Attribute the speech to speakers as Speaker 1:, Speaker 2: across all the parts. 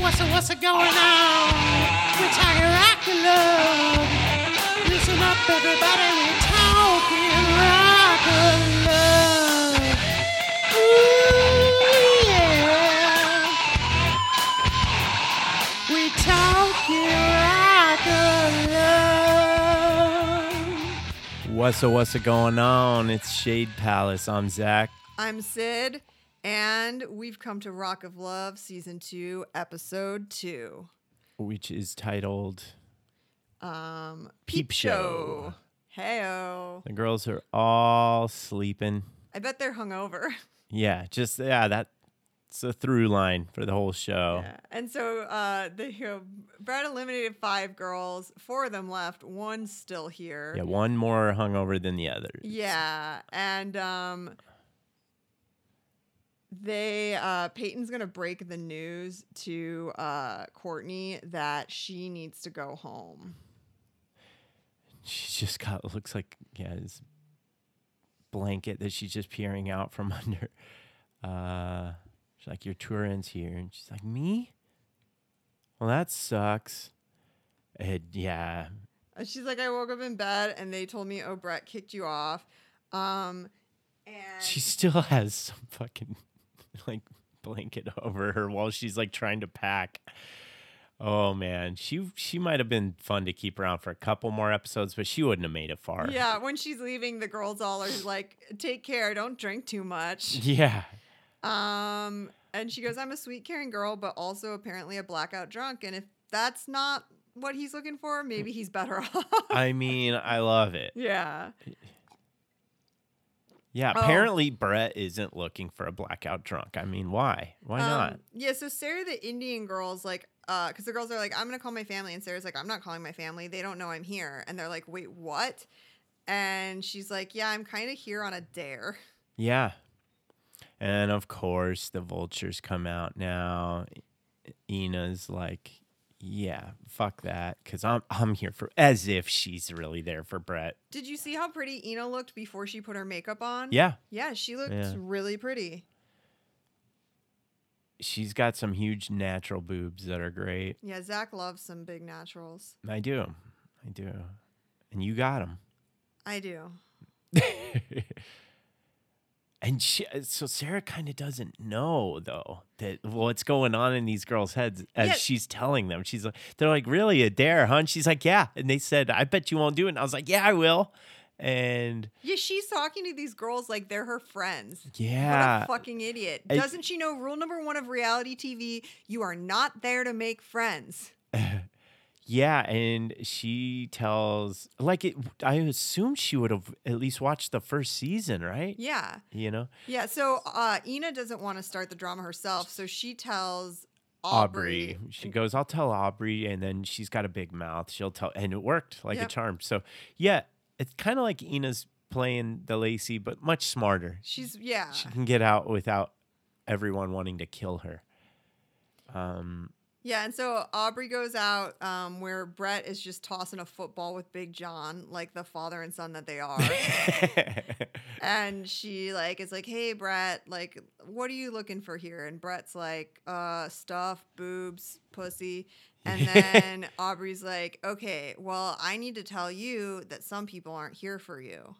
Speaker 1: What's what's going on? We're talking rock and love. Listen up, everybody. We're talking rock and love. Ooh yeah. We're talking rock and love.
Speaker 2: What's a what's a going on? It's Shade Palace. I'm Zach.
Speaker 3: I'm Sid, and we've come to Rock of Love, season two, episode two.
Speaker 2: which is titled
Speaker 3: Um,
Speaker 2: Peep Show.
Speaker 3: Heyo.
Speaker 2: The girls are all sleeping.
Speaker 3: I bet they're hungover.
Speaker 2: Yeah, just yeah, that's a through line for the whole show.
Speaker 3: Yeah. And so uh, they, you know, Brad eliminated five girls. Four of them left. One's still here.
Speaker 2: Yeah, one more hungover than the other.
Speaker 3: Yeah, and um, they uh, Peyton's gonna break the news to uh, Courtney that she needs to go home.
Speaker 2: She's just got looks like yeah, this blanket that she's just peering out from under. Uh she's like, Your tour ends here and she's like, Me? Well that sucks. It, yeah.
Speaker 3: Uh, She's like, I woke up in bed and they told me, oh, Brett kicked you off. Um, and
Speaker 2: She still has some fucking like blanket over her while she's like trying to pack. Oh man, she she might have been fun to keep around for a couple more episodes, but she wouldn't have made it far.
Speaker 3: yeah, when she's leaving, the girls all are like, take care, don't drink too much.
Speaker 2: Yeah.
Speaker 3: Um, and she goes, I'm a sweet, caring girl, but also apparently a blackout drunk. And if that's not what he's looking for, maybe he's better off.
Speaker 2: I mean, I love it.
Speaker 3: yeah.
Speaker 2: Yeah,
Speaker 3: Oh.
Speaker 2: apparently Brett isn't looking for a blackout drunk. I mean, why? Why
Speaker 3: Um,
Speaker 2: not?
Speaker 3: Yeah, so Sarah, the Indian girl's like, because the girls are like, I'm gonna call my family, and Sarah's like, I'm not calling my family. They don't know I'm here, and they're like, wait, what? And she's like, yeah, I'm kind of here on a dare.
Speaker 2: Yeah. And of course, the vultures come out now. Ina's like, "Yeah, fuck that cuz I'm I'm here for as if she's really there for Brett."
Speaker 3: Did you see how pretty Ina looked before she put her makeup on?
Speaker 2: Yeah.
Speaker 3: Yeah, she looked
Speaker 2: Yeah.
Speaker 3: really pretty.
Speaker 2: She's got some huge natural boobs that are great.
Speaker 3: Yeah, Zach loves some big naturals.
Speaker 2: I do. I do. And you got them.
Speaker 3: I do.
Speaker 2: And she, uh, so Sarah kind of doesn't know though that what's going on in these girls' heads as
Speaker 3: Yeah.
Speaker 2: she's telling them. She's like, they're like, really a dare, huh? And she's like, yeah. And they said, I bet you won't do it. And I was like, yeah, I will. And
Speaker 3: Yeah, she's talking to these girls like they're her friends. What
Speaker 2: yeah,
Speaker 3: a fucking idiot.
Speaker 2: I-
Speaker 3: Doesn't she know rule number one of reality TV? You are not there to make friends.
Speaker 2: yeah. And she tells, like, it, I assume she would have at least watched the first season, right?
Speaker 3: Yeah.
Speaker 2: You know,
Speaker 3: Yeah, so uh, Ina doesn't want to start the drama herself, so she tells
Speaker 2: Aubrey.
Speaker 3: Aubrey.
Speaker 2: She goes, I'll tell Aubrey. And then she's got a big mouth. She'll tell. And it worked like
Speaker 3: Yep.
Speaker 2: a charm. So, yeah, it's kind of like Ina's playing the Lacey, but much smarter.
Speaker 3: She's yeah.
Speaker 2: She can get out without everyone wanting to kill her. Um,
Speaker 3: Yeah, and so Aubrey goes out um, where Brett is just tossing a football with Big John, like the father and son that they are. and she like is like, "Hey Brett, like what are you looking for here?" And Brett's like, "Uh, stuff, boobs, pussy." And then Aubrey's like, "Okay, well, I need to tell you that some people aren't here for you."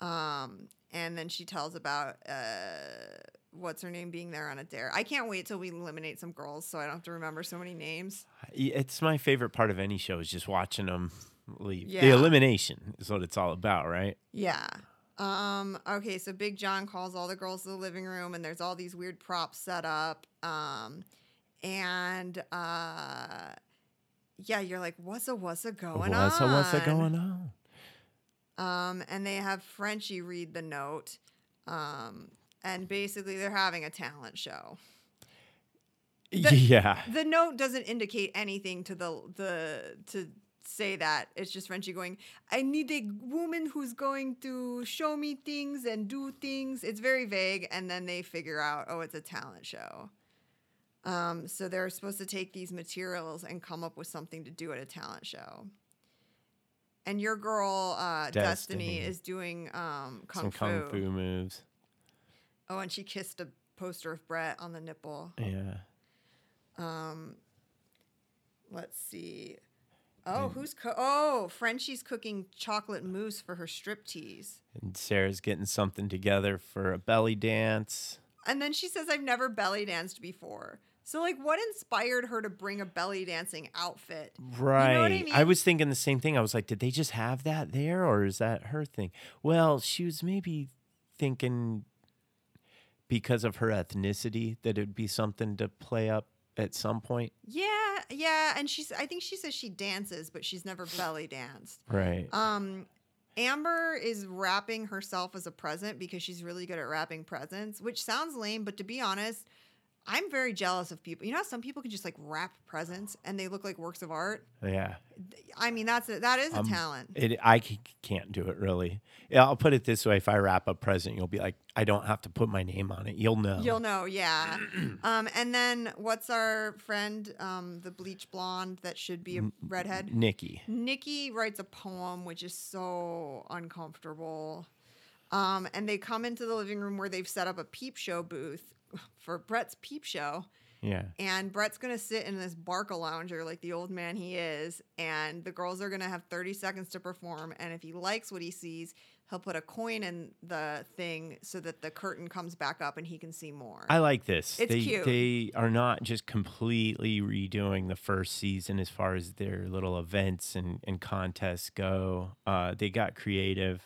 Speaker 3: Um, and then she tells about uh what's her name being there on a dare. I can't wait till we eliminate some girls so I don't have to remember so many names.
Speaker 2: it's my favorite part of any show is just watching them leave. The
Speaker 3: Yeah.
Speaker 2: elimination is what it's all about, right?
Speaker 3: Yeah. Um, okay, so Big John calls all the girls to the living room and there's all these weird props set up. Um and uh yeah, you're like, what's a what's a going
Speaker 2: what's,
Speaker 3: on?
Speaker 2: what's going on?
Speaker 3: Um and they have Frenchie read the note. Um and basically they're having a talent show.
Speaker 2: yeah.
Speaker 3: The note doesn't indicate anything to the the to say that. It's just Frenchie going, I need a woman who's going to show me things and do things. It's very vague, and then they figure out, oh, it's a talent show. Um, so they're supposed to take these materials and come up with something to do at a talent show. And your girl uh, Destiny.
Speaker 2: Destiny.
Speaker 3: is doing um, kung,
Speaker 2: Some
Speaker 3: fu.
Speaker 2: kung fu moves.
Speaker 3: Oh, and she kissed a poster of Brett on the nipple.
Speaker 2: Yeah.
Speaker 3: Um, let's see. Oh, who's co- oh Frenchie's cooking chocolate mousse for her striptease,
Speaker 2: And Sarah's getting something together for a belly dance.
Speaker 3: and then she says, "I've never belly danced before." So, like, what inspired her to bring a belly dancing outfit?
Speaker 2: Right.
Speaker 3: I
Speaker 2: I,
Speaker 3: mean?
Speaker 2: was thinking the same thing. I was like, did they just have that there or is that her thing? Well, she was maybe thinking because of her ethnicity that it'd be something to play up at some point.
Speaker 3: Yeah, yeah, and she's. I think she says she dances, but she's never belly danced.
Speaker 2: Right.
Speaker 3: Um, Amber is wrapping herself as a present because she's really good at wrapping presents, which sounds lame, but to be honest, I'm very jealous of people. You know, how some people can just like wrap presents and they look like works of art.
Speaker 2: yeah.
Speaker 3: I mean, that's a, that is a
Speaker 2: Um,
Speaker 3: talent.
Speaker 2: It, I c- can't do it really. Yeah, I'll put it this way: if I wrap a present, you'll be like, I don't have to put my name on it. You'll know.
Speaker 3: You'll know, yeah. um, and then what's our friend, um, the bleach blonde that should be a redhead?
Speaker 2: Nikki.
Speaker 3: Nikki writes a poem, which is so uncomfortable. Um, and they come into the living room where they've set up a peep show booth for Brett's peep show.
Speaker 2: Yeah.
Speaker 3: And Brett's going to sit in this Barca lounger like the old man he is. And the girls are going to have 30 seconds to perform. And if he likes what he sees, he'll put a coin in the thing so that the curtain comes back up and he can see more.
Speaker 2: I like this.
Speaker 3: It's
Speaker 2: they
Speaker 3: cute.
Speaker 2: they are not just completely redoing the first season as far as their little events and, and contests go. Uh, they got creative.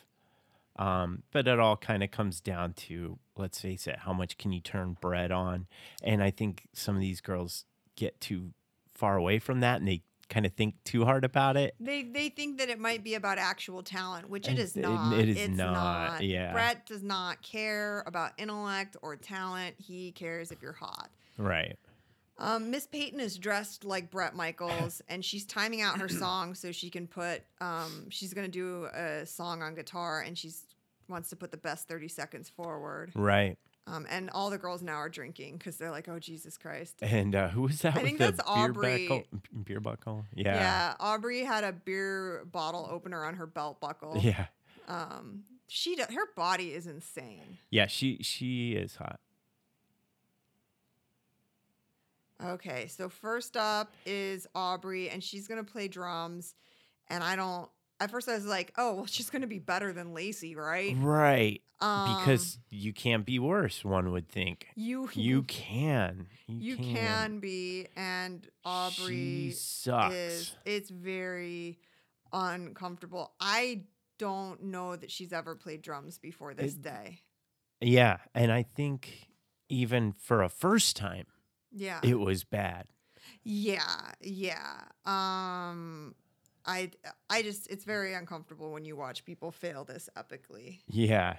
Speaker 2: Um, but it all kind of comes down to, let's face it, how much can you turn bread on? And I think some of these girls get too far away from that and they kind of think too hard about it.
Speaker 3: They they think that it might be about actual talent, which it
Speaker 2: And
Speaker 3: is
Speaker 2: it-
Speaker 3: not.
Speaker 2: it is
Speaker 3: it's
Speaker 2: not, yeah.
Speaker 3: Brett does not care about intellect or talent. He cares if you're hot.
Speaker 2: Right.
Speaker 3: Um, Miss Peyton is dressed like Brett Michaels, and she's timing out her song so she can put. Um, she's gonna do a song on guitar, and she's wants to put the best thirty seconds forward.
Speaker 2: Right.
Speaker 3: Um, and all the girls now are drinking because they're like, "Oh Jesus Christ!"
Speaker 2: And uh, who was that?
Speaker 3: I
Speaker 2: with
Speaker 3: think
Speaker 2: the
Speaker 3: that's Aubrey.
Speaker 2: Beer buckle. Beer buckle? Yeah.
Speaker 3: Yeah. Aubrey had a beer bottle opener on her belt buckle.
Speaker 2: Yeah.
Speaker 3: um she do- her body is insane
Speaker 2: Yeah. She she is hot.
Speaker 3: okay so first up is aubrey and she's gonna play drums and i don't at first i was like oh well she's gonna be better than lacey right
Speaker 2: Right.
Speaker 3: um
Speaker 2: because you can't be worse, one would think.
Speaker 3: you
Speaker 2: You can.
Speaker 3: you can. be and
Speaker 2: She
Speaker 3: aubrey
Speaker 2: sucks.
Speaker 3: is it's very uncomfortable i don't know that she's ever played drums before this
Speaker 2: It-
Speaker 3: day
Speaker 2: Yeah. And I think even for a first time,
Speaker 3: yeah
Speaker 2: it was bad.
Speaker 3: Yeah, yeah. Um I I just it's very uncomfortable when you watch people fail this epically.
Speaker 2: Yeah.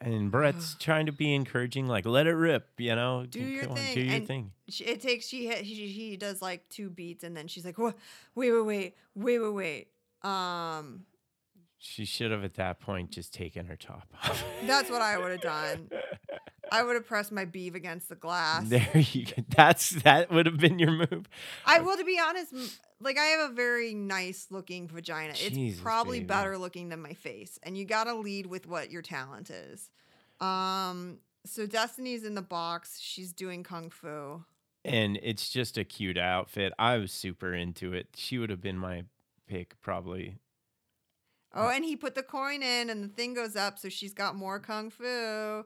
Speaker 2: And Brett's trying to be encouraging, like, let it rip, you know?
Speaker 3: Do your thing,
Speaker 2: Do your
Speaker 3: and-
Speaker 2: thing.
Speaker 3: She, it takes she hit she, she does like two beats and then she's like, "What? Wait, wait, wait, wait, wait, wait." Um
Speaker 2: She should have at that point just taken her top off.
Speaker 3: that's what I would have done. I would have pressed my beef against the glass.
Speaker 2: There you go. That's that would have been your move.
Speaker 3: I will to be honest, m- like I have a very nice looking vagina. it's
Speaker 2: Jesus,
Speaker 3: probably
Speaker 2: baby.
Speaker 3: better looking than my face, and you got to lead with what your talent is. Um so Destiny's in the box. She's doing kung fu.
Speaker 2: and it's just a cute outfit. I was super into it. She would have been my pick probably.
Speaker 3: Oh, and he put the coin in and the thing goes up, so she's got more kung fu.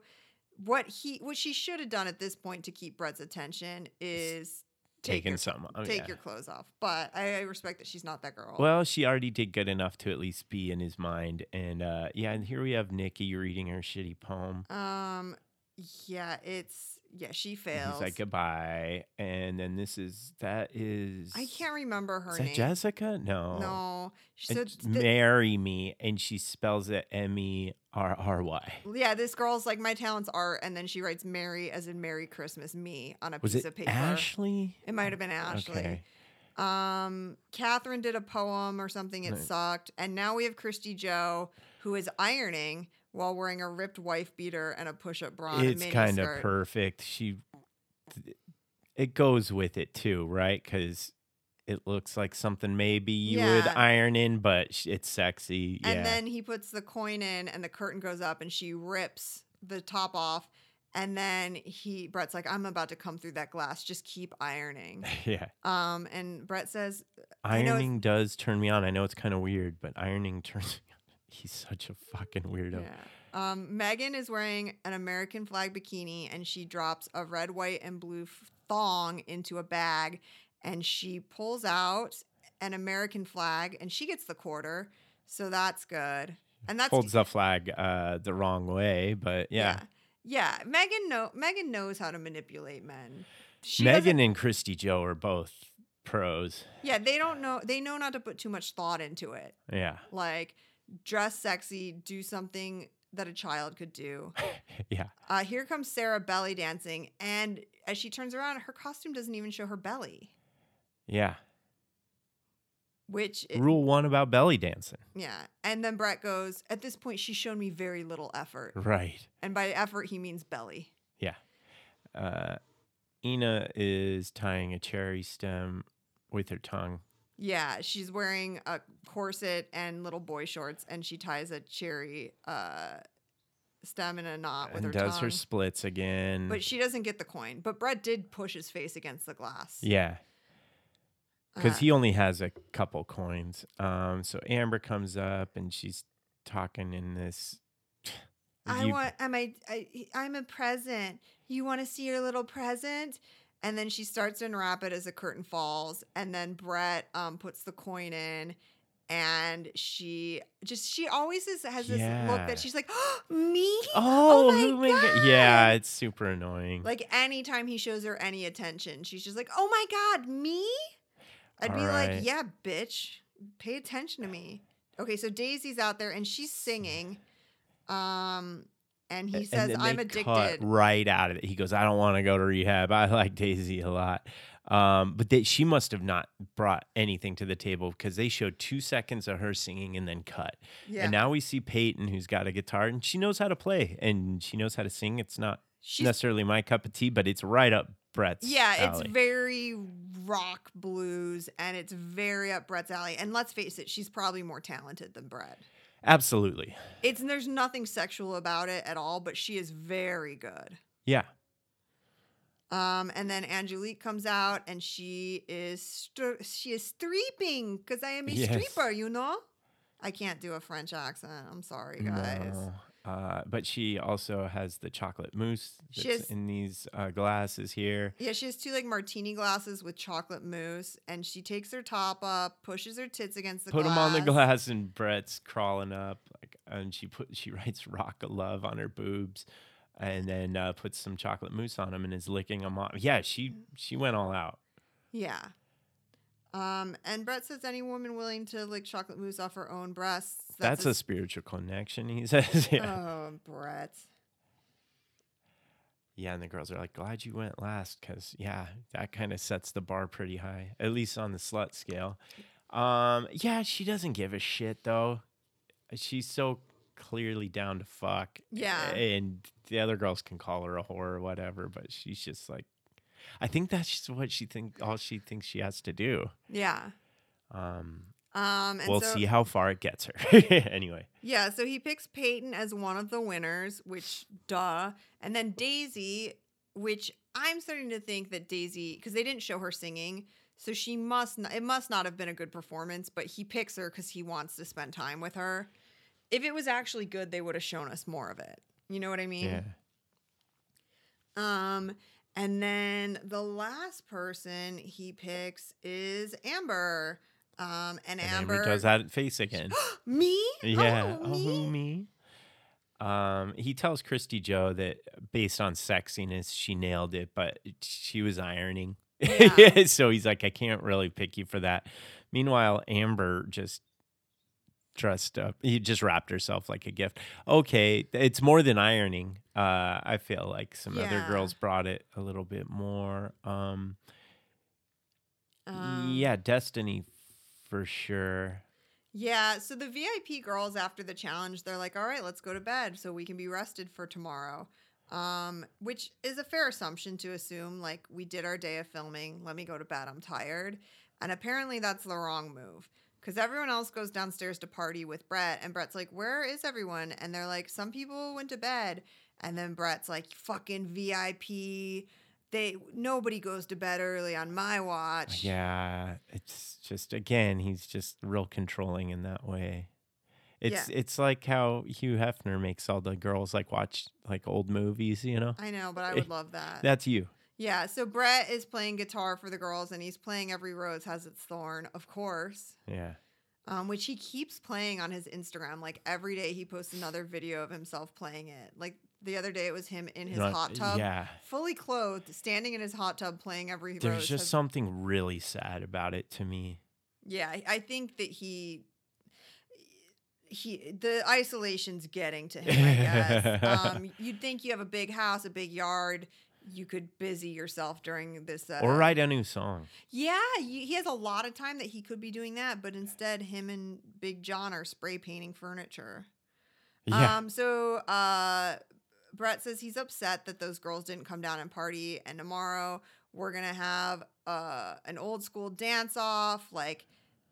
Speaker 3: What he what she should have done at this point to keep Brett's attention is take
Speaker 2: Taking
Speaker 3: your,
Speaker 2: some, oh,
Speaker 3: take
Speaker 2: yeah.
Speaker 3: your clothes off. But I, I respect that she's not that girl.
Speaker 2: Well, she already did good enough to at least be in his mind. And uh, yeah, and here we have Nikki reading her shitty poem.
Speaker 3: Um yeah, it's yeah, she fails.
Speaker 2: He's like goodbye, and then this is that is
Speaker 3: I can't remember her
Speaker 2: Is
Speaker 3: name.
Speaker 2: that Jessica? No,
Speaker 3: No. She
Speaker 2: And
Speaker 3: said
Speaker 2: it's
Speaker 3: th-
Speaker 2: marry me, and she spells it M E R R Y.
Speaker 3: yeah, this girl's like my talents are, and then she writes Mary as in Merry Christmas me on a
Speaker 2: Was
Speaker 3: piece
Speaker 2: it
Speaker 3: of paper.
Speaker 2: Ashley?
Speaker 3: It might have been Ashley.
Speaker 2: Okay.
Speaker 3: Um, Catherine did a poem or something. It
Speaker 2: Right.
Speaker 3: sucked, and now we have Christy Joe who is ironing while wearing a ripped wife beater and a push-up bra. and a
Speaker 2: it's
Speaker 3: mini
Speaker 2: kind of
Speaker 3: skirt.
Speaker 2: perfect. She, th- it goes with it too, right? Because it looks like something maybe you would
Speaker 3: Yeah.
Speaker 2: iron in, but sh- it's sexy. Yeah,
Speaker 3: And then he puts the coin in, and the curtain goes up, and she rips the top off. And then he Brett's like, I'm about to come through that glass. Just keep ironing.
Speaker 2: yeah.
Speaker 3: Um, and Brett says, I know it's-
Speaker 2: Ironing does turn me on. I know it's kind of weird, but ironing turns me on. He's such a fucking weirdo.
Speaker 3: Yeah. Um, Megan is wearing an American flag bikini and she drops a red, white, and blue f- thong into a bag and she pulls out an American flag and she gets the quarter. So that's good. And that's
Speaker 2: Holds the flag uh, the wrong way, but yeah.
Speaker 3: Yeah. Yeah. Megan know Megan knows how to manipulate men. She
Speaker 2: Megan
Speaker 3: doesn't-
Speaker 2: and Christy Joe are both pros.
Speaker 3: Yeah, they don't know they know not to put too much thought into it.
Speaker 2: Yeah.
Speaker 3: Like dress sexy, do something that a child could do.
Speaker 2: Yeah.
Speaker 3: Uh, here comes Sarah belly dancing, and as she turns around, her costume doesn't even show her belly,
Speaker 2: Yeah.
Speaker 3: which i-
Speaker 2: Rule one about belly dancing.
Speaker 3: yeah. And then Brett goes, "At this point, she's shown me very little effort,
Speaker 2: Right.
Speaker 3: and by effort he means belly."
Speaker 2: Yeah. Uh, Ina is tying a cherry stem with her tongue.
Speaker 3: Yeah, she's wearing a corset and little boy shorts, and she ties a cherry uh, stem in a knot Uh, with
Speaker 2: and
Speaker 3: her
Speaker 2: does
Speaker 3: tongue.
Speaker 2: her splits again.
Speaker 3: but she doesn't get the coin. But Brett did push his face against the glass.
Speaker 2: yeah. Because
Speaker 3: Uh,
Speaker 2: he only has a couple coins. Um, so Amber comes up and she's talking in this.
Speaker 3: I
Speaker 2: you-
Speaker 3: want am I, I I'm a present. You want to see your little present? And then she starts to unwrap it as the curtain falls, and then Brett um, puts the coin in, and she just she always is, has this look
Speaker 2: Yeah.
Speaker 3: that she's like, me.
Speaker 2: Oh,
Speaker 3: my
Speaker 2: who made it? yeah, it's super annoying.
Speaker 3: Like anytime he shows her any attention, she's just like, oh my god, me. I'd be
Speaker 2: Alright.
Speaker 3: like, yeah, bitch, pay attention to me. Okay, so Daisy's out there and she's singing, um, and he
Speaker 2: And
Speaker 3: says,
Speaker 2: then
Speaker 3: I'm
Speaker 2: they
Speaker 3: addicted.
Speaker 2: cut right out of it. He goes, I don't want to go to rehab. I like Daisy a lot. Um, but they, she must have not brought anything to the table because they showed two seconds of her singing and then cut.
Speaker 3: Yeah.
Speaker 2: And now we see Peyton, who's got a guitar and she knows how to play and she knows how to sing. It's not
Speaker 3: She's-
Speaker 2: necessarily my cup of tea, but it's right up Brett's.
Speaker 3: yeah, it's
Speaker 2: alley.
Speaker 3: very rock blues and it's very up Brett's alley. And let's face it, she's probably more talented than Brett.
Speaker 2: absolutely.
Speaker 3: It's there's nothing sexual about it at all, but she is very good.
Speaker 2: Yeah.
Speaker 3: Um, and then Angelique comes out and she is str- she is streeping because I am a
Speaker 2: Yes.
Speaker 3: streeper, you know. I can't do a French accent. I'm sorry, guys.
Speaker 2: No. Uh, but she also has the chocolate mousse that's
Speaker 3: She has-
Speaker 2: in these uh, glasses here.
Speaker 3: Yeah, she has two like martini glasses with chocolate mousse, and she takes her top up, pushes her tits against the
Speaker 2: put
Speaker 3: glass.
Speaker 2: him on the glass and brett's crawling up like and she put she writes rock of love on her boobs and then uh, puts some chocolate mousse on him and is licking him off yeah she she went all out
Speaker 3: Yeah. Um, and Brett says any woman willing to lick chocolate mousse off her own breasts.
Speaker 2: that's, a, spiritual connection he says yeah
Speaker 3: Oh, Brett.
Speaker 2: yeah and the girls are like glad you went last because yeah that kind of sets the bar pretty high at least on the slut scale um yeah she doesn't give a shit though she's so clearly down to fuck
Speaker 3: Yeah.
Speaker 2: and the other girls can call her a whore or whatever but she's just like i think that's just what she think all she thinks she has to do
Speaker 3: Yeah.
Speaker 2: um
Speaker 3: Um, and
Speaker 2: we'll
Speaker 3: so,
Speaker 2: see how far it gets her anyway
Speaker 3: Yeah, so he picks Peyton as one of the winners, which duh. And then Daisy, which I'm starting to think that Daisy, because they didn't show her singing, so she must not, it must not have been a good performance, but he picks her because he wants to spend time with her. If it was actually good, they would have shown us more of it. You know what I mean?
Speaker 2: yeah
Speaker 3: Um, and then the last person he picks is Amber. Um,
Speaker 2: and
Speaker 3: and, Amber,
Speaker 2: amber does that face again
Speaker 3: me?
Speaker 2: Yeah.
Speaker 3: Oh,
Speaker 2: Oh, who
Speaker 3: me?
Speaker 2: me? Um, he tells Christy Joe that based on sexiness, she nailed it, but she was ironing.
Speaker 3: Yeah.
Speaker 2: so he's like, I can't really pick you for that. Meanwhile, Amber just dressed up. He just wrapped herself like a gift. Okay, it's more than ironing. Uh, I feel like some other
Speaker 3: Yeah.
Speaker 2: girls brought it a little bit more. Um,
Speaker 3: Um,
Speaker 2: yeah, Destiny for sure.
Speaker 3: Yeah, so the VIP girls after the challenge, they're like, "All right, let's go to bed so we can be rested for tomorrow." Um, which is a fair assumption to assume like we did our day of filming, let me go to bed, I'm tired. And apparently that's the wrong move cuz everyone else goes downstairs to party with Brett and Brett's like, "Where is everyone?" And they're like, "Some people went to bed." And then Brett's like, fucking VIP. They nobody goes to bed early on my watch.
Speaker 2: Yeah, it's just again, he's just real controlling in that way. It's it's like how Hugh Hefner makes all the girls like watch like old movies, you know.
Speaker 3: I know, but I would love that.
Speaker 2: That's you.
Speaker 3: Yeah, so Brett is playing guitar for the girls and he's playing Every Rose Has Its Thorn, of course,
Speaker 2: Yeah.
Speaker 3: um, which he keeps playing on his Instagram. Like every day he posts another video of himself playing it. Like the other day it was him in his
Speaker 2: Not-
Speaker 3: hot tub,
Speaker 2: Yeah.
Speaker 3: fully clothed, standing in his hot tub playing Every
Speaker 2: There's
Speaker 3: Rose.
Speaker 2: just
Speaker 3: Has-
Speaker 2: something really sad about it to me.
Speaker 3: yeah, I- I think that he. He the isolation's getting to him. I guess um, you'd think you have a big house, a big yard, you could busy yourself during this. Uh,
Speaker 2: or write a new song.
Speaker 3: Yeah, he he has a lot of time that he could be doing that, but instead, him and Big John are spray painting furniture.
Speaker 2: Yeah.
Speaker 3: Um. So, uh, Brett says he's upset that those girls didn't come down and party, and tomorrow we're gonna have uh an old school dance off, like,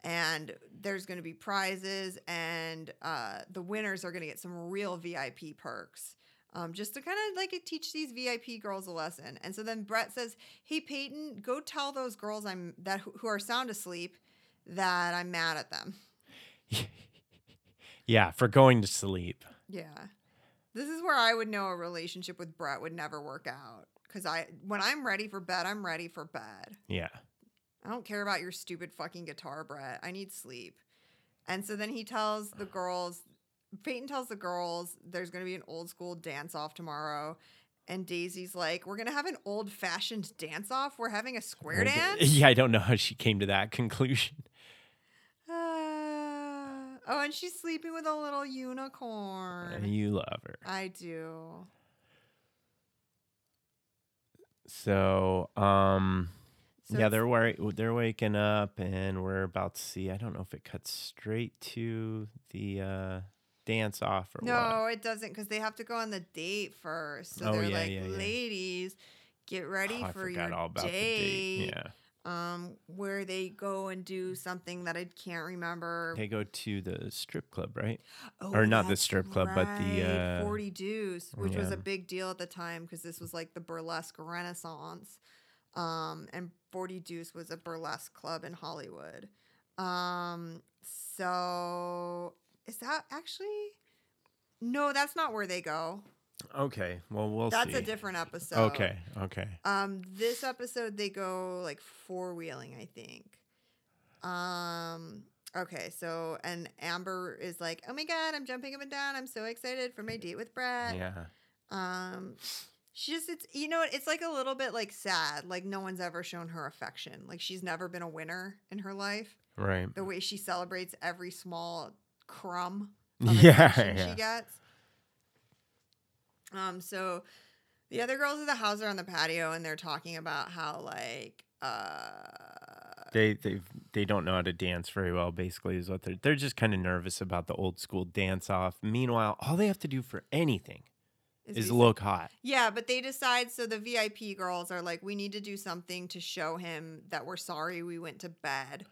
Speaker 3: and there's gonna be prizes, and uh, the winners are gonna get some real VIP perks. Um, just to kind of like teach these VIP girls a lesson, and so then Brett says, "Hey Peyton, go tell those girls I'm that who who are sound asleep that I'm mad at them."
Speaker 2: yeah, for going to sleep.
Speaker 3: Yeah. This is where I would know a relationship with Brett would never work out. Cause I when I'm ready for bed, I'm ready for bed.
Speaker 2: Yeah.
Speaker 3: I don't care about your stupid fucking guitar, Brett. I need sleep. And so then he tells the girls Peyton tells the girls there's gonna be an old school dance off tomorrow. And Daisy's like, We're gonna have an old fashioned dance off. We're having a square
Speaker 2: Like,
Speaker 3: dance.
Speaker 2: Yeah, I don't know how she came to that conclusion.
Speaker 3: Uh, oh, and she's sleeping with a little unicorn.
Speaker 2: You love her.
Speaker 3: I do.
Speaker 2: So, um,
Speaker 3: So
Speaker 2: yeah,
Speaker 3: it's-
Speaker 2: they're wor- they're waking up, and we're about to see. I don't know if it cuts straight to the uh, dance off or
Speaker 3: No, it doesn't because they have to go on the date first. So
Speaker 2: Oh,
Speaker 3: they're
Speaker 2: yeah,
Speaker 3: like,
Speaker 2: yeah, yeah.
Speaker 3: ladies, get
Speaker 2: what.
Speaker 3: ready
Speaker 2: Oh, I
Speaker 3: for
Speaker 2: forgot
Speaker 3: your
Speaker 2: all about
Speaker 3: date.
Speaker 2: the date. Yeah,
Speaker 3: Um, where they go and do something that I can't remember.
Speaker 2: they go to the strip club, right?
Speaker 3: Oh,
Speaker 2: or not the
Speaker 3: that's
Speaker 2: strip club, but the,
Speaker 3: right,
Speaker 2: uh,
Speaker 3: Forty Deuce, which was
Speaker 2: yeah.
Speaker 3: a big deal at the time because this was like the burlesque renaissance. Um, and Forty Deuce was a burlesque club in Hollywood. Um, so is that actually? No, that's not where they go.
Speaker 2: Okay, well we'll
Speaker 3: That's
Speaker 2: see.
Speaker 3: a different episode.
Speaker 2: Okay, okay.
Speaker 3: Um, this episode they go like four wheeling, I think. Um. Okay, so and Amber is like, "Oh my god, I'm jumping up and down! I'm so excited for my date with Brad."
Speaker 2: Yeah,
Speaker 3: Um, she just it's you know what, it's like a little bit like sad, like no one's ever shown her affection, like she's never been a winner in her life.
Speaker 2: right.
Speaker 3: The way she celebrates every small crumb of
Speaker 2: Yeah,
Speaker 3: attention
Speaker 2: yeah.
Speaker 3: she gets. Um, so the other girls at the house are on the patio and they're talking about how like uh
Speaker 2: They they they don't know how to dance very well. Basically, is what they're they're just kind of nervous about the old school dance off. Meanwhile, all they have to do for anything is
Speaker 3: be-
Speaker 2: look hot.
Speaker 3: Yeah, but they decide so the VIP girls are like, we need to do something to show him that we're sorry we went to bed.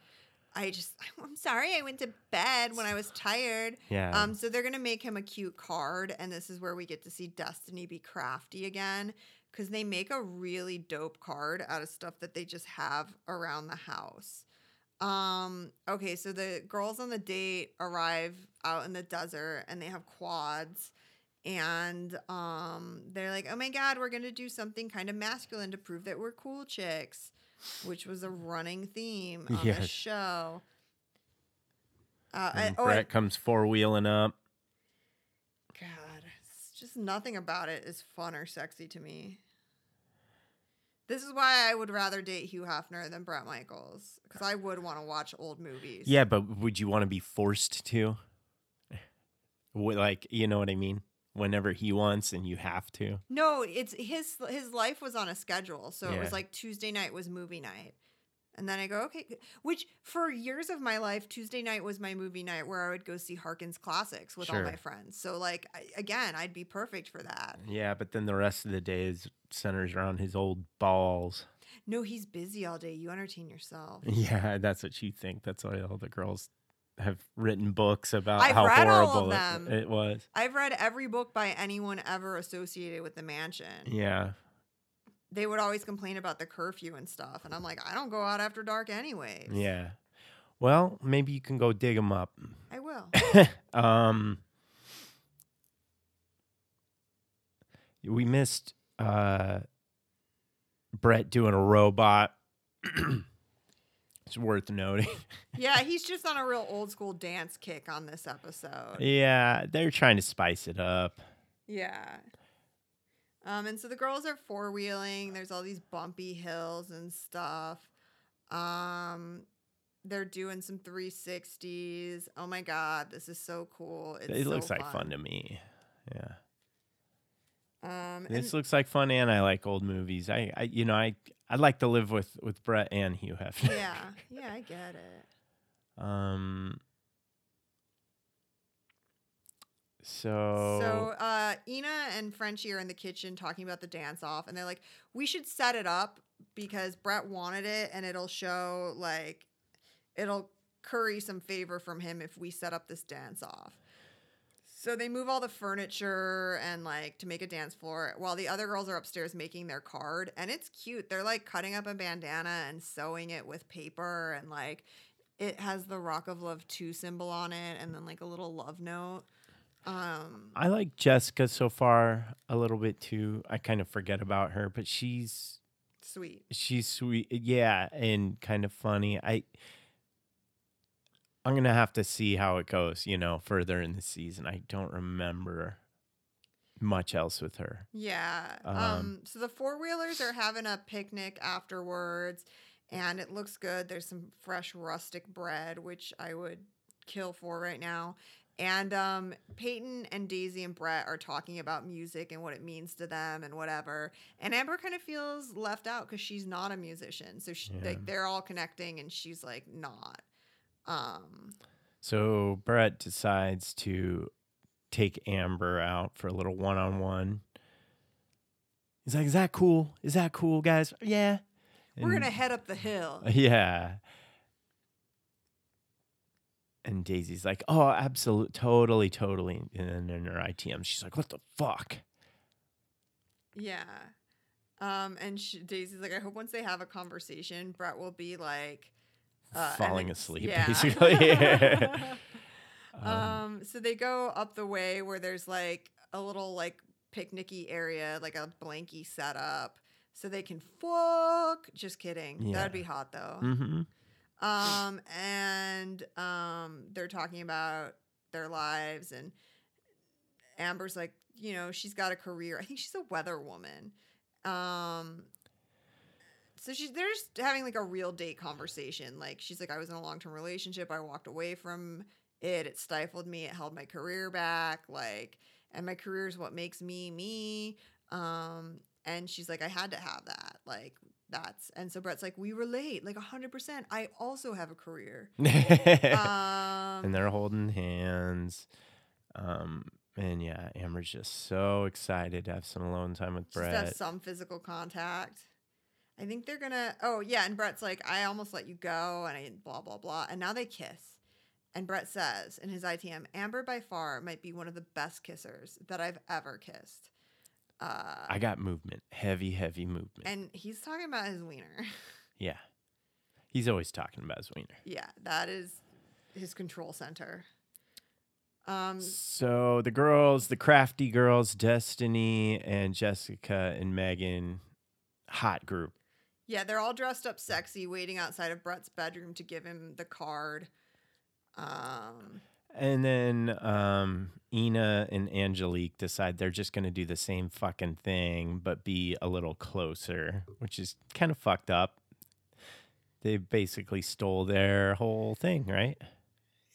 Speaker 3: I just I'm sorry I went to bed when I was tired.
Speaker 2: Yeah.
Speaker 3: Um, so they're gonna make him a cute card, and this is where we get to see Destiny be crafty again, because they make a really dope card out of stuff that they just have around the house. Um, okay, so the girls on the date arrive out in the desert, and they have quads, and um, they're like, "Oh my god, we're gonna do something kind of masculine to prove that we're cool chicks," which was a running theme on the
Speaker 2: Yes. Mm,
Speaker 3: show. Uh,
Speaker 2: and
Speaker 3: I- oh, and-
Speaker 2: Mm-hmm. Brett comes four wheeling up.
Speaker 3: God, it's just nothing about it is fun or sexy to me. This is why I would rather date Hugh Hefner than Brett Michaels because I would want to watch old movies.
Speaker 2: Yeah, but would you want to be forced to? Would- Like, you know what I mean? Whenever he wants and you have to.
Speaker 3: No, it's his his life was on a schedule, so it
Speaker 2: Yeah.
Speaker 3: was like Tuesday night was movie night. And then I go, okay, g- which for years of my life, Tuesday night was my movie night where I would go see Harkins Classics with all my
Speaker 2: Sure.
Speaker 3: friends. So, like, I, again, I'd be perfect for that.
Speaker 2: Yeah, but then the rest of the day is centers around his old balls.
Speaker 3: No, he's busy all day. You entertain yourself.
Speaker 2: Yeah, that's what you think. That's why all the girls have written books about
Speaker 3: I've
Speaker 2: how
Speaker 3: read all of
Speaker 2: horrible
Speaker 3: them.
Speaker 2: it, it was.
Speaker 3: I've read every book by anyone ever associated with the mansion.
Speaker 2: Yeah.
Speaker 3: They would always complain about the curfew and stuff, and I'm like, I don't go out after dark anyways.
Speaker 2: Yeah. Well, maybe you can go dig them up.
Speaker 3: I will.
Speaker 2: um, we missed uh, Brett doing a robot. it's worth noting.
Speaker 3: yeah, he's just on a real old school dance kick on this episode.
Speaker 2: yeah, they're trying to spice it up.
Speaker 3: Yeah. Um, and so the girls are four wheeling. There's all these bumpy hills and stuff. Um, they're doing some 360s. Oh my god, this is so cool. It's
Speaker 2: it looks
Speaker 3: so
Speaker 2: like fun to me. Yeah.
Speaker 3: Um, and-
Speaker 2: This looks like fun, and I like old movies. I, I you know, I, I'd like to live with with Brett and Hugh Hefner.
Speaker 3: yeah, yeah, I get it.
Speaker 2: Um. So.
Speaker 3: So uh, Ina and Frenchie are in the kitchen talking about the dance off, and they're like, "We should set it up because Brett wanted it, and it'll show like it'll curry some favor from him if we set up this dance off." So they move all the furniture and like to make a dance floor while the other girls are upstairs making their card and it's cute. They're like cutting up a bandana and sewing it with paper and like it has the Rock of Love 2 symbol on it and then like a little love note. Um
Speaker 2: I like Jessica so far a little bit too. I kind of forget about her, but she's
Speaker 3: sweet.
Speaker 2: she's sweet, yeah, and kind of funny. I I'm gonna have to see how it goes, you know, further in the season. I don't remember much else with her.
Speaker 3: Yeah. Um,
Speaker 2: Um,
Speaker 3: so the four wheelers are having a picnic afterwards and it looks good. There's some fresh rustic bread, which I would kill for right now. And um, Peyton and Daisy and Brett are talking about music and what it means to them and whatever. And Amber kind of feels left out because she's not a musician. So she,
Speaker 2: Yeah.
Speaker 3: like they're all connecting and she's like not. Um,
Speaker 2: So Brett decides to take Amber out for a little one on one. He's like, "Is that cool? Is that cool, guys? Yeah,
Speaker 3: we're
Speaker 2: And-
Speaker 3: gonna head up the hill.
Speaker 2: Yeah. And Daisy's like, oh, absolutely, totally, totally. And then in her ITM, she's like, what the fuck?
Speaker 3: Yeah. Um, and she, Daisy's like, I hope once they have a conversation, Brett will be like uh, and
Speaker 2: Falling
Speaker 3: it's-
Speaker 2: asleep,
Speaker 3: yeah.
Speaker 2: basically.
Speaker 3: um, so they go up the way where there's like a little like picnicky area, like a blanky setup, so they can fuck. Just kidding.
Speaker 2: Yeah.
Speaker 3: That'd be hot though.
Speaker 2: hmm
Speaker 3: Um, and um, they're talking about their lives, and Amber's like, you know, she's got a career. I think she's a weather woman. Um, so she's they're just having like a real date conversation. Like she's like, I was in a long term relationship. I walked away from it. It stifled me. It held my career back. Like, and my career is what makes me me. Um, and she's like, I had to have that. Like, that's and so Brett's like, we relate like hundred percent. I also have a career. Um,
Speaker 2: mm-hmm. and they're holding hands. Um, and yeah, Amber's just so excited to have some alone time with
Speaker 3: just to have
Speaker 2: Brett.
Speaker 3: some physical contact. I think they're gonna. Oh yeah, and Brett's like, I almost let you go, and I blah blah blah, and now they kiss. And Brett says in his ITM, Amber by far might be one of the best kissers that I've ever kissed. Uh,
Speaker 2: I got movement, heavy, heavy movement.
Speaker 3: and he's talking about his wiener.
Speaker 2: yeah. He's always talking about his wiener.
Speaker 3: yeah, that is his control center. Um,
Speaker 2: So the girls, the crafty girls, Destiny and Jessica and Megan, hot group.
Speaker 3: Yeah, they're all dressed up sexy, waiting outside of Brett's bedroom to give him the card. Um,
Speaker 2: And then um, Ina and Angelique decide they're just going to do the same fucking thing, but be a little closer, which is kind of fucked up. They basically stole their whole thing, right?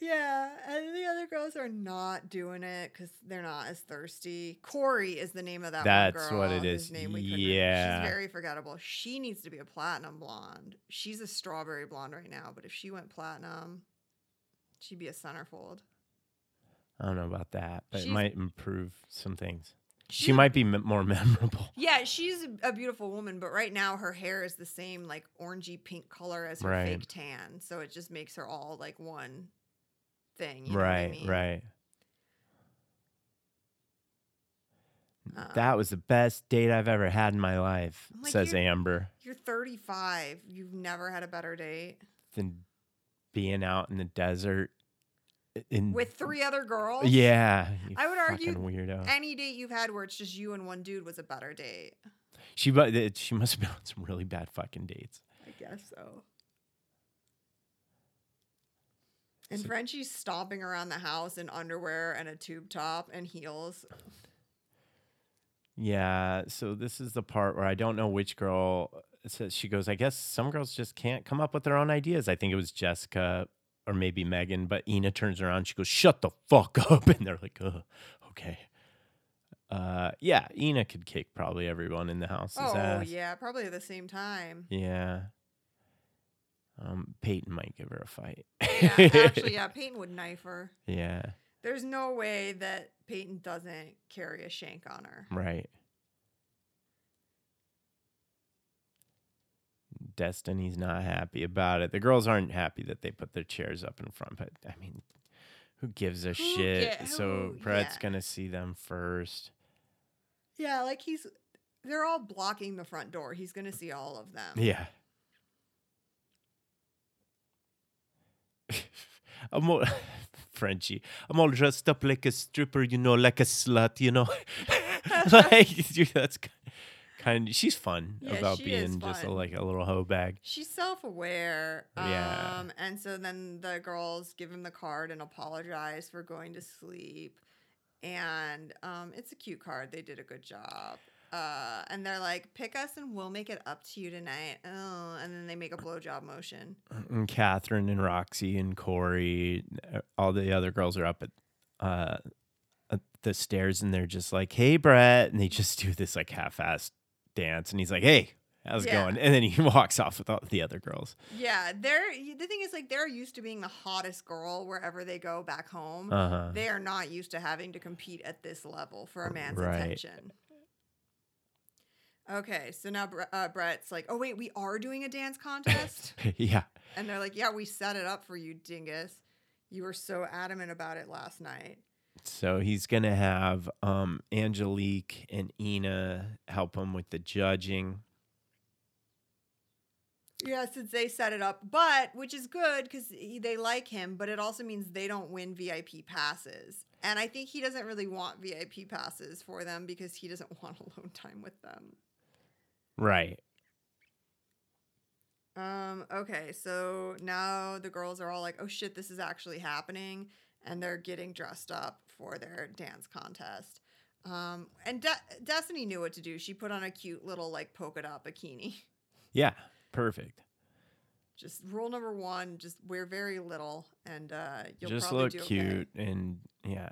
Speaker 3: yeah, and the other girls are not doing it because they're not as thirsty. Corey is the name of that.
Speaker 2: That's
Speaker 3: one girl,
Speaker 2: what it
Speaker 3: whose
Speaker 2: is.
Speaker 3: Name we couldn't-
Speaker 2: Yeah.
Speaker 3: she's very forgettable. She needs to be a platinum blonde. She's a strawberry blonde right now, but if she went platinum, she'd be a centerfold.
Speaker 2: I don't know about that, but it
Speaker 3: She's-
Speaker 2: might improve some things. She
Speaker 3: She's-
Speaker 2: might be m- more memorable.
Speaker 3: Yeah, she's a beautiful woman, but right now her hair is the same like orangey pink color as her
Speaker 2: Right.
Speaker 3: fake tan, so it just makes her all like one thing. you know what I
Speaker 2: right,
Speaker 3: mean?
Speaker 2: right.
Speaker 3: Uh,
Speaker 2: That was the best date I've ever had in my life,
Speaker 3: I'm like,
Speaker 2: says
Speaker 3: you're-
Speaker 2: Amber.
Speaker 3: You're 35. You've never had a better date
Speaker 2: Than being out in the desert in
Speaker 3: with three other girls.
Speaker 2: Mm. Yeah, you
Speaker 3: I would argue
Speaker 2: fucking weirdo.
Speaker 3: Any date you've had where it's just you and one dude was a better date.
Speaker 2: she but it- she must have been on some really bad fucking dates.
Speaker 3: I guess so. And Frenchie's stomping around the house in underwear and a tube top and heels.
Speaker 2: Yeah, so this is the part where I don't know which girl says she goes. I guess some girls just can't come up with their own ideas. I think it was Jessica or maybe Megan, but Ina turns around. She goes, "Shut the fuck up!" And they're like, "Uh, okay." Uh, yeah, Ina could kick probably everyone in the house.
Speaker 3: Oh
Speaker 2: ass.
Speaker 3: yeah, probably at the same time.
Speaker 2: Yeah. Um, Peyton might give her a fight.
Speaker 3: Yeah, actually, yeah, Peyton would knife her.
Speaker 2: yeah.
Speaker 3: There's no way that Peyton doesn't carry a shank on her.
Speaker 2: Right. Destiny's not happy about it. The girls aren't happy that they put their chairs up in front, but I mean, who gives a
Speaker 3: Who
Speaker 2: shit?
Speaker 3: ca-
Speaker 2: so
Speaker 3: who-
Speaker 2: Brett's
Speaker 3: yeah.
Speaker 2: gonna see them first.
Speaker 3: Yeah, like he's they're all blocking the front door. He's gonna see all of them.
Speaker 2: Yeah. I'm all Frenchie. I'm all dressed up like a stripper, you know, like a slut, you know. like dude, that's kind of, she's fun
Speaker 3: Yeah,
Speaker 2: about
Speaker 3: she is
Speaker 2: being just a,
Speaker 3: fun.
Speaker 2: like a little hoe bag.
Speaker 3: She's self aware. Um
Speaker 2: Yeah.
Speaker 3: and so then the girls give him the card and apologize for going to sleep. And um it's a cute card. They did a good job. Uh, and they're like, pick us and we'll make it up to you tonight. Oh, and then they make a blowjob motion.
Speaker 2: and Catherine and Roxy and Corey, uh, all the other girls are up at, uh, at the stairs and they're just like, "Hey, Brett," and they just do this like half-assed dance, and he's like, "Hey, how's it
Speaker 3: Yeah.
Speaker 2: going?" And then he walks off with all the other girls.
Speaker 3: Yeah, they're the thing is like they're used to being the hottest girl wherever they go back home.
Speaker 2: Uh huh.
Speaker 3: they are not used to having to compete at this level for a man's
Speaker 2: Right.
Speaker 3: attention. Okay, so now Bre- uh, Brett's like, "Oh wait, we are doing a dance contest,"
Speaker 2: yeah,
Speaker 3: and they're like, "Yeah, we set it up for you, dingus. You were so adamant about it last night."
Speaker 2: so he's gonna have um, Angelique and Ina help him with the judging.
Speaker 3: Yeah, since they set it up, but which is good because they like him, but it also means they don't win VIP passes. And I think he doesn't really want VIP passes for them because he doesn't want alone time with them.
Speaker 2: Right.
Speaker 3: Um, okay, so now the girls are all like, oh shit, this is actually happening. And they're getting dressed up for their dance contest. Um, and De- Destiny knew what to do. She put on a cute little, like, polka dot bikini.
Speaker 2: Yeah. Perfect.
Speaker 3: Just rule number one, just wear very little and uh, you'll
Speaker 2: just
Speaker 3: probably
Speaker 2: look
Speaker 3: do okay.
Speaker 2: cute and yeah.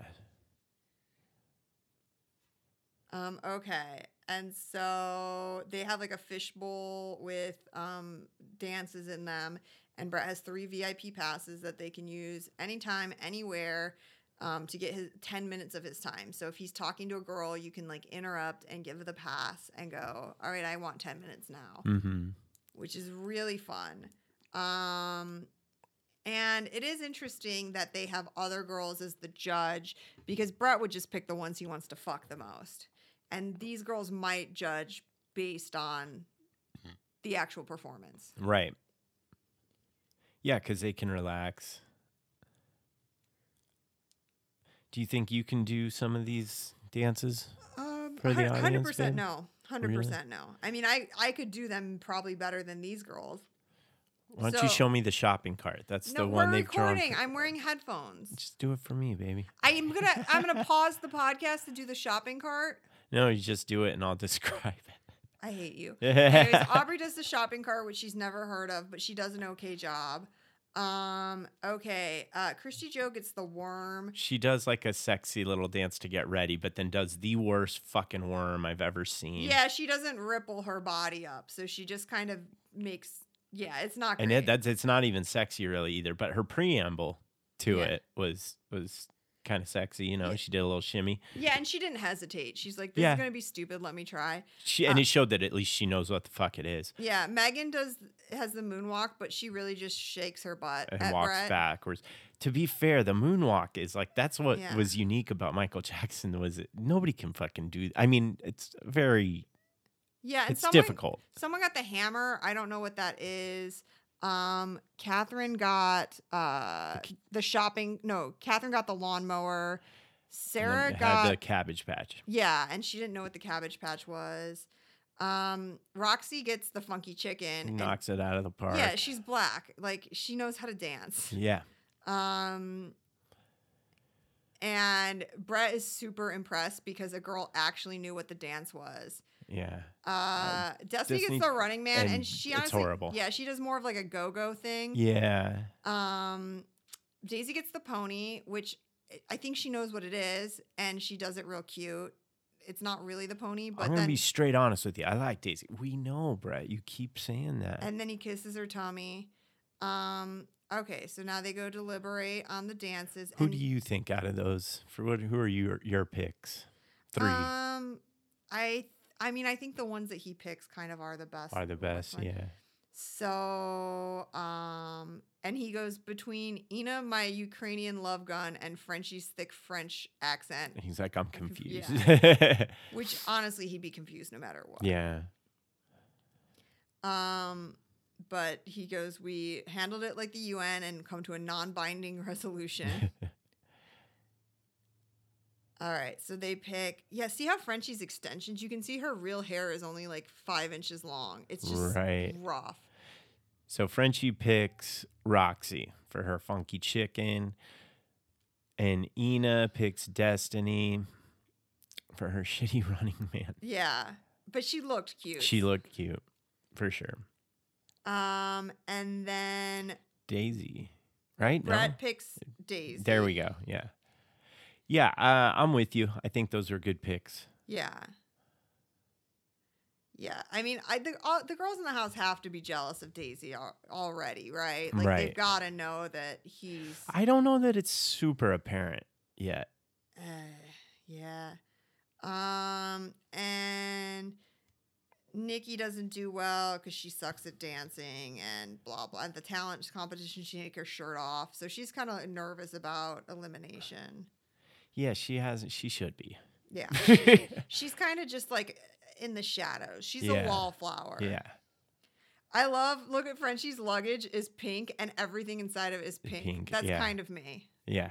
Speaker 3: Um, okay. And so they have like a fishbowl with um, dances in them. And Brett has three VIP passes that they can use anytime, anywhere um, to get his 10 minutes of his time. So if he's talking to a girl, you can like interrupt and give her the pass and go, all right, I want 10 minutes now
Speaker 2: Mm-hmm.
Speaker 3: which is really fun. Um, and it is interesting that they have other girls as the judge because Brett would just pick the ones he wants to fuck the most. And these girls might judge based on the actual performance.
Speaker 2: Right. Yeah, because they can relax. Do you think you can do some of these dances?
Speaker 3: Um,
Speaker 2: For the
Speaker 3: hun-
Speaker 2: audience,
Speaker 3: 100%
Speaker 2: babe?
Speaker 3: no. 100% no. I mean, I, I could do them probably better than these girls.
Speaker 2: Why don't you
Speaker 3: So-
Speaker 2: show me the shopping cart? That's
Speaker 3: No,
Speaker 2: the one
Speaker 3: we're
Speaker 2: they've drawn.
Speaker 3: recording. I'm wearing headphones.
Speaker 2: Just do it for me, baby.
Speaker 3: I'm gonna I'm gonna pause the podcast to do the shopping cart.
Speaker 2: No, you just do it and I'll describe it.
Speaker 3: I hate you. Anyways, Aubrey does the shopping cart, which she's never heard of, but she does an okay job. Um, okay. Uh Christy Joe gets the worm.
Speaker 2: she does like a sexy little dance to get ready, but then does the worst fucking worm I've ever seen.
Speaker 3: Yeah, she doesn't ripple her body up, so she just kind of makes yeah, it's not great.
Speaker 2: And it, that's it's not even sexy really either, but her preamble to
Speaker 3: Yeah.
Speaker 2: it was was kind of sexy, you know. She did a little shimmy.
Speaker 3: Yeah, and she didn't hesitate. She's like, "This
Speaker 2: Yeah.
Speaker 3: is gonna be stupid. Let me try."
Speaker 2: She
Speaker 3: Uh
Speaker 2: and it showed that at least she knows what the fuck it is
Speaker 3: Yeah, Megan does has the moonwalk, but she really just shakes her butt
Speaker 2: and
Speaker 3: at
Speaker 2: walks
Speaker 3: Brett.
Speaker 2: backwards. To be fair, the moonwalk is like that's what
Speaker 3: Yeah.
Speaker 2: was unique about Michael Jackson was it, nobody can fucking do. I mean, it's very
Speaker 3: Yeah, and
Speaker 2: it's
Speaker 3: someone,
Speaker 2: difficult.
Speaker 3: Someone got the hammer. I don't know what that is. Um, Catherine got uh the shopping. No, Catherine got the lawnmower.
Speaker 2: And then
Speaker 3: Sarah
Speaker 2: it
Speaker 3: got
Speaker 2: had the Cabbage Patch.
Speaker 3: yeah, and she didn't know what the cabbage patch was. Um, Roxy gets the funky chicken. and-
Speaker 2: Knocks it out of the park.
Speaker 3: yeah, she's black. Like she knows how to dance.
Speaker 2: yeah.
Speaker 3: Um, and Brett is super impressed because a girl actually knew what the dance was.
Speaker 2: Yeah.
Speaker 3: Uh, Destiny,
Speaker 2: Destiny-
Speaker 3: gets the running man, and,
Speaker 2: and
Speaker 3: she
Speaker 2: it's
Speaker 3: honestly,
Speaker 2: horrible.
Speaker 3: yeah, she does more of like a go go thing.
Speaker 2: Yeah.
Speaker 3: Um, Daisy gets the pony, which I think she knows what it is, and she does it real cute. It's not really the pony, but
Speaker 2: I'm gonna
Speaker 3: then
Speaker 2: be straight honest with you. I like Daisy. We know, Brett. You keep saying that.
Speaker 3: and then he kisses her tummy. Um, okay, so now they go deliberate on the dances.
Speaker 2: who
Speaker 3: and,
Speaker 2: do you think out of those? For what? Who are your your picks? Three
Speaker 3: Um, I I mean I think the ones that he picks kind of are the best.
Speaker 2: are the
Speaker 3: with my-
Speaker 2: best. Yeah.
Speaker 3: So um, and he goes between Ina, my Ukrainian love gun, and Frenchie's thick French accent,
Speaker 2: And he's like, I'm
Speaker 3: Confu-
Speaker 2: confused.
Speaker 3: which honestly he'd be confused no matter what.
Speaker 2: yeah.
Speaker 3: Um, but he goes, we handled it like the UN and come to a non-binding resolution. All right, so they pick. Yeah, see how Frenchie's extensions? You can see her real hair is only like five inches long. It's just
Speaker 2: Right.
Speaker 3: rough.
Speaker 2: So Frenchie picks Roxy for her funky chicken, and Ina picks Destiny for her shitty running man.
Speaker 3: Yeah, but she looked cute.
Speaker 2: She looked cute, for sure.
Speaker 3: Um, and then
Speaker 2: Daisy, right? No?
Speaker 3: Brad picks Daisy.
Speaker 2: There we go. Yeah. Yeah, uh, I'm with you. I think those are good picks.
Speaker 3: Yeah. Yeah, I mean, I the all, the girls in the house have to be jealous of Daisy al- already, right? Like
Speaker 2: Right.
Speaker 3: they've got to know that he's.
Speaker 2: I don't know that it's super apparent yet.
Speaker 3: uh, yeah. Um, and Nikki doesn't do well because she sucks at dancing and blah blah. At the talent competition, she take her shirt off, so she's kind of nervous about elimination.
Speaker 2: Yeah, she hasn't. She should be.
Speaker 3: Yeah. She's kind of just like in the shadows. She's
Speaker 2: Yeah.
Speaker 3: a wallflower.
Speaker 2: yeah,
Speaker 3: I love look at Frenchie's luggage is pink and everything inside of it is pink.
Speaker 2: Pink,
Speaker 3: That's
Speaker 2: yeah.
Speaker 3: kind of me.
Speaker 2: yeah.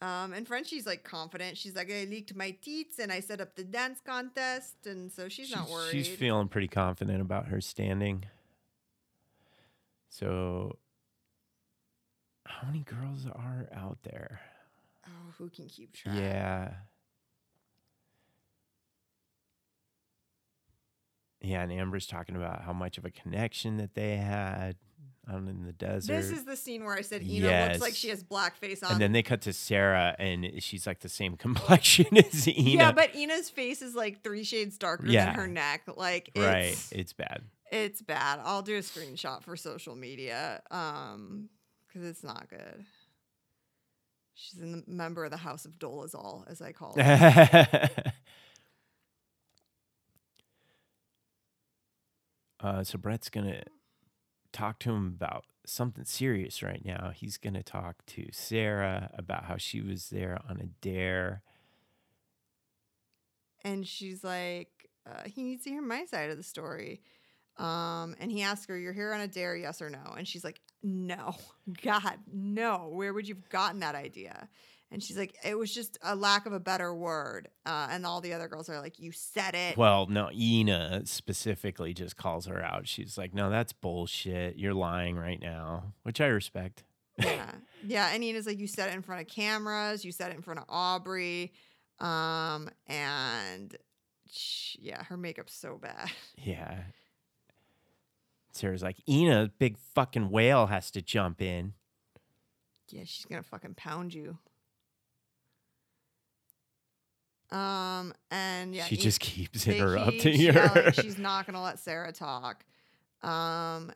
Speaker 3: Um, and Frenchie's like confident. She's like, I leaked my teats and I set up the dance contest, and so she's, not worried.
Speaker 2: She's feeling pretty confident about her standing. So, how many girls are out there?
Speaker 3: oh, who can keep track?
Speaker 2: Yeah. Yeah, and Amber's talking about how much of a connection that they had out in the desert.
Speaker 3: This is the scene where I said Ina looks like
Speaker 2: Yes.
Speaker 3: she has blackface on.
Speaker 2: and then they cut to Sarah, and she's like the same complexion as Ina.
Speaker 3: yeah, but Ina's face is like three shades darker
Speaker 2: Yeah.
Speaker 3: than her neck. Like it's,
Speaker 2: right, it's bad.
Speaker 3: It's bad. I'll do a screenshot for social media um cuz it's not good. She's a n- member of the House of Dolezal as I call
Speaker 2: Uh-huh.
Speaker 3: it.
Speaker 2: uh, so Brett's gonna talk to him about something serious right now. He's gonna talk to Sarah about how she was there on a dare.
Speaker 3: and she's like uh, he needs to hear my side of the story. Um and he asks her, "You're here on a dare, yes or no?" And she's like, "No. God, no. Where would you've gotten that idea?" And she's like, "It was just a lack of a better word." Uh, and all the other girls are like, "You said it."
Speaker 2: Well, no, Ina specifically just calls her out. She's like, "No, that's bullshit. You're lying right now," which I respect.
Speaker 3: yeah. Yeah. And Nina's like, you said it in front of cameras, you said it in front of Aubrey. Um, and sh yeah, her makeup's so bad.
Speaker 2: Yeah. Sarah's like, "Ina, big fucking whale has to jump in."
Speaker 3: Yeah, she's gonna fucking pound you. Um, and yeah,
Speaker 2: she
Speaker 3: E-
Speaker 2: just keeps
Speaker 3: they
Speaker 2: interrupting
Speaker 3: keep
Speaker 2: her.
Speaker 3: yelling, uh, She's not gonna let Sarah talk. Um,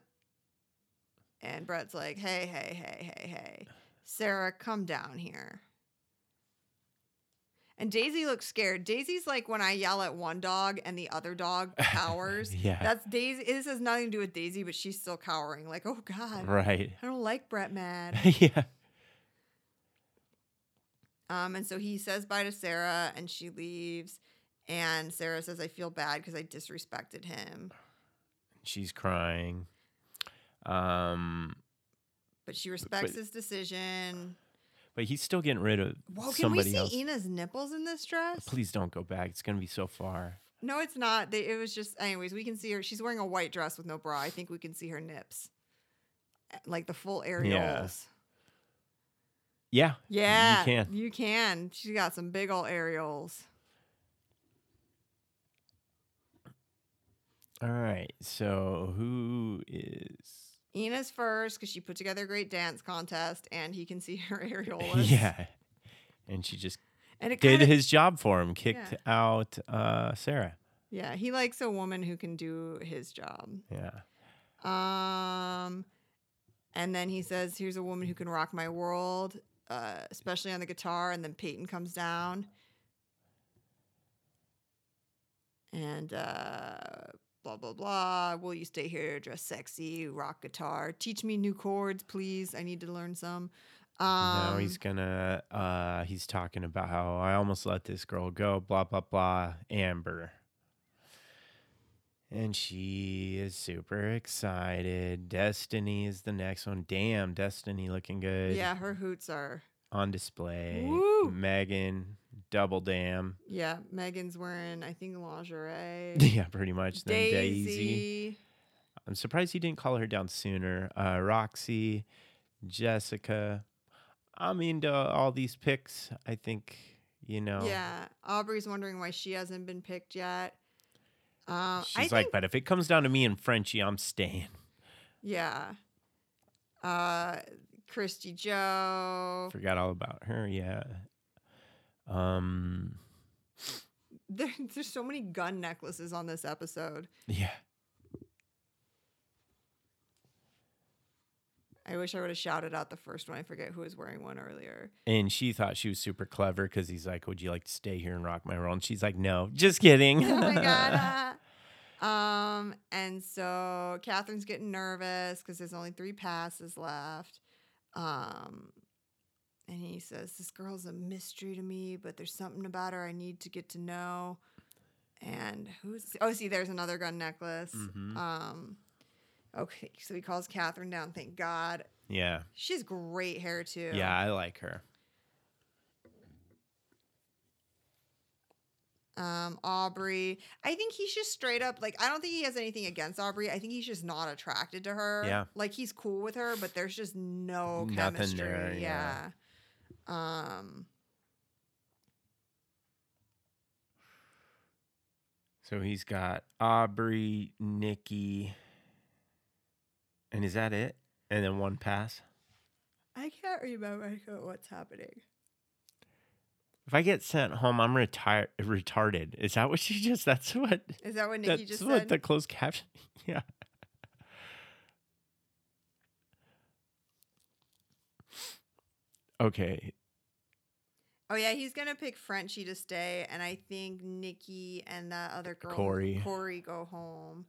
Speaker 3: and Brett's like, hey, hey, hey, hey, hey. Sarah, come down here. And Daisy looks scared. Daisy's like when I yell at one dog and the other dog cowers.
Speaker 2: Yeah.
Speaker 3: That's Daisy. This has nothing to do with Daisy, but she's still cowering. Like, oh God,
Speaker 2: Right.
Speaker 3: I don't like Brett mad.
Speaker 2: yeah.
Speaker 3: Um, and so he says bye to Sarah and she leaves. And Sarah says, I feel bad because I disrespected him.
Speaker 2: She's crying. Um,
Speaker 3: But she respects
Speaker 2: but-
Speaker 3: his decision.
Speaker 2: but he's still getting rid of
Speaker 3: Whoa, can we
Speaker 2: somebody
Speaker 3: see
Speaker 2: else.
Speaker 3: Ina's nipples in this dress?
Speaker 2: Please don't go back. It's gonna be so far.
Speaker 3: No, it's not. They, it was just, anyways, we can see her. She's wearing a white dress with no bra. I think we can see her nips, Uh, like the full areoles.
Speaker 2: Yeah.
Speaker 3: Yeah,
Speaker 2: You can.
Speaker 3: You can. She's got some big old areoles.
Speaker 2: All right. So who is?
Speaker 3: Ina's first because she put together a great dance contest, and he can see her areolas.
Speaker 2: yeah. And she just
Speaker 3: and it
Speaker 2: did
Speaker 3: kinda-
Speaker 2: his job for him. Kicked
Speaker 3: Yeah.
Speaker 2: out uh, Sarah.
Speaker 3: Yeah, he likes a woman who can do his job.
Speaker 2: Yeah.
Speaker 3: Um, and then he says, "Here's a woman who can rock my world, uh, especially on the guitar." And then Peyton comes down, and uh, blah blah blah. Will you stay here, dress sexy, rock guitar, teach me new chords, please? I need to learn some. Um,
Speaker 2: now he's gonna. Uh, he's talking about how I almost let this girl go. Blah blah blah. Amber. And she is super excited. Destiny is the next one. Damn, Destiny looking good.
Speaker 3: yeah, her hoots are
Speaker 2: On display.
Speaker 3: Woo.
Speaker 2: Megan, double damn.
Speaker 3: yeah. Megan's wearing, I think, lingerie.
Speaker 2: Yeah, pretty much. Then Daisy. I'm surprised he didn't call her down sooner. Uh, Roxy, Jessica. I'm into all these picks. I think, you know.
Speaker 3: Yeah, Aubrey's wondering why she hasn't been picked yet. Um,
Speaker 2: She's
Speaker 3: I
Speaker 2: like,
Speaker 3: think,
Speaker 2: but if it comes down to me and Frenchie, I'm staying.
Speaker 3: yeah. Uh, Christy Joe.
Speaker 2: Forgot all about her. Yeah. Um.
Speaker 3: There, there's so many gun necklaces on this episode.
Speaker 2: Yeah.
Speaker 3: I wish I would have shouted out the first one. I forget who was wearing one earlier.
Speaker 2: And she thought she was super clever because he's like, "Would you like to stay here and rock my world?" And she's like, "No, just kidding."
Speaker 3: Oh my god. uh, um, and so Catherine's getting nervous because there's only three passes left. Um, and he says, This girl's a mystery to me, but there's something about her I need to get to know. And who's oh, see, there's another gun necklace.
Speaker 2: Mhm.
Speaker 3: Um, okay, so he calls Catherine down. Thank God,
Speaker 2: yeah.
Speaker 3: she has great hair too.
Speaker 2: Yeah, I like her.
Speaker 3: um, Aubrey. I think he's just straight up like I don't think he has anything against Aubrey. I think he's just not attracted to her.
Speaker 2: Yeah.
Speaker 3: like he's cool with her, but there's just no
Speaker 2: Nothing
Speaker 3: chemistry.
Speaker 2: there, yeah.
Speaker 3: yeah. Um.
Speaker 2: So he's got Aubrey, Nikki, and is that it? And then one pass.
Speaker 3: I can't remember what's happening.
Speaker 2: If I get sent home, I'm retired. Retarded. Is that what she just? That's what.
Speaker 3: Is that what Nikki
Speaker 2: That's
Speaker 3: just
Speaker 2: what
Speaker 3: said?
Speaker 2: the closed caption. Yeah. Okay.
Speaker 3: oh yeah, he's gonna pick Frenchie to stay, and I think Nikki and that other girl
Speaker 2: Corey.
Speaker 3: Corey go home.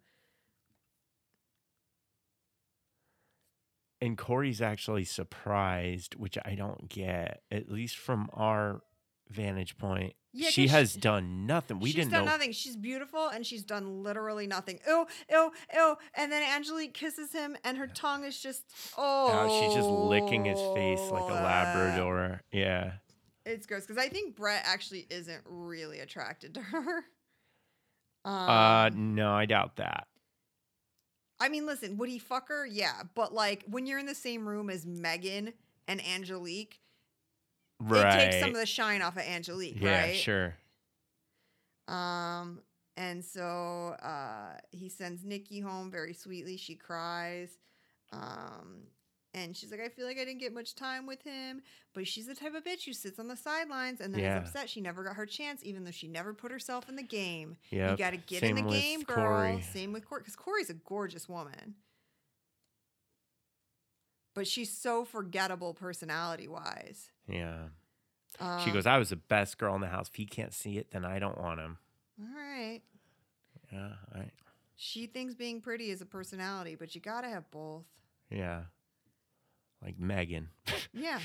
Speaker 2: And Corey's actually surprised, which I don't get. At least from our vantage point,
Speaker 3: Yeah,
Speaker 2: she
Speaker 3: 'cause
Speaker 2: has done nothing. We
Speaker 3: she's
Speaker 2: didn't
Speaker 3: done
Speaker 2: know
Speaker 3: nothing. She's beautiful and she's done literally nothing. Ew, ew, ew. And then Angelique kisses him and her tongue is just oh.
Speaker 2: Oh, she's just licking his face like a
Speaker 3: uh,
Speaker 2: Labrador. Yeah.
Speaker 3: It's gross because I think Brett actually isn't really attracted to her. Um,
Speaker 2: Uh, no, I doubt that.
Speaker 3: I mean, listen, would he fuck her? Yeah, but like when you're in the same room as Megan and Angelique,
Speaker 2: Right.
Speaker 3: it takes some of the shine off of Angelique,
Speaker 2: yeah,
Speaker 3: right?
Speaker 2: sure.
Speaker 3: Um, and so uh, he sends Nikki home very sweetly. She cries. Um, and she's like, I feel like I didn't get much time with him. But she's the type of bitch who sits on the sidelines and then
Speaker 2: Yeah.
Speaker 3: is upset she never got her chance, even though she never put herself in the game.
Speaker 2: Yeah.
Speaker 3: You got to get
Speaker 2: Same
Speaker 3: in the
Speaker 2: with
Speaker 3: game, girl.
Speaker 2: Corey.
Speaker 3: Same with Corey, because Corey's a gorgeous woman. but she's so forgettable personality wise.
Speaker 2: Yeah.
Speaker 3: Um,
Speaker 2: she goes, I was the best girl in the house. If he can't see it, then I don't want him.
Speaker 3: Um, All right.
Speaker 2: Yeah. I,
Speaker 3: She thinks being pretty is a personality, but you gotta have both.
Speaker 2: yeah. Like Megan.
Speaker 3: Yeah.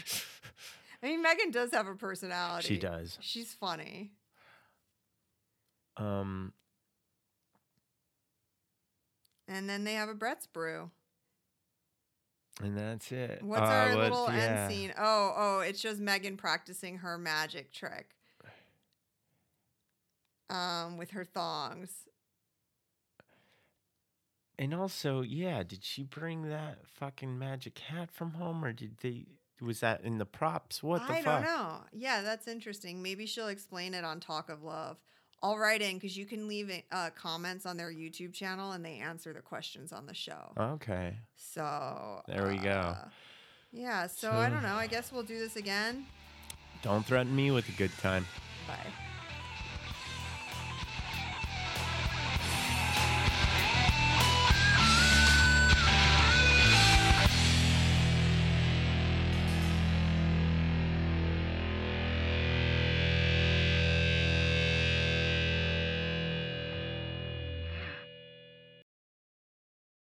Speaker 3: I mean, Megan does have a personality.
Speaker 2: she does.
Speaker 3: She's funny.
Speaker 2: Um,
Speaker 3: And then they have a Brett's brew.
Speaker 2: and that's it.
Speaker 3: What's
Speaker 2: Uh,
Speaker 3: our
Speaker 2: what's-
Speaker 3: little
Speaker 2: yeah.
Speaker 3: end scene? Oh, oh, it's just Megan practicing her magic trick. Um, with her thongs.
Speaker 2: And also, yeah, did she bring that fucking magic hat from home, or did they? Was that in the props? What the
Speaker 3: I
Speaker 2: fuck?
Speaker 3: don't know. Yeah, that's interesting. Maybe she'll explain it on Talk of Love. I'll write in because you can leave uh, comments on their YouTube channel and they answer the questions on the show.
Speaker 2: Okay.
Speaker 3: So
Speaker 2: There we go.
Speaker 3: uh, Yeah. so I
Speaker 2: So-
Speaker 3: don't know. I guess we'll do this again.
Speaker 2: Don't threaten me with a good time.
Speaker 3: Bye.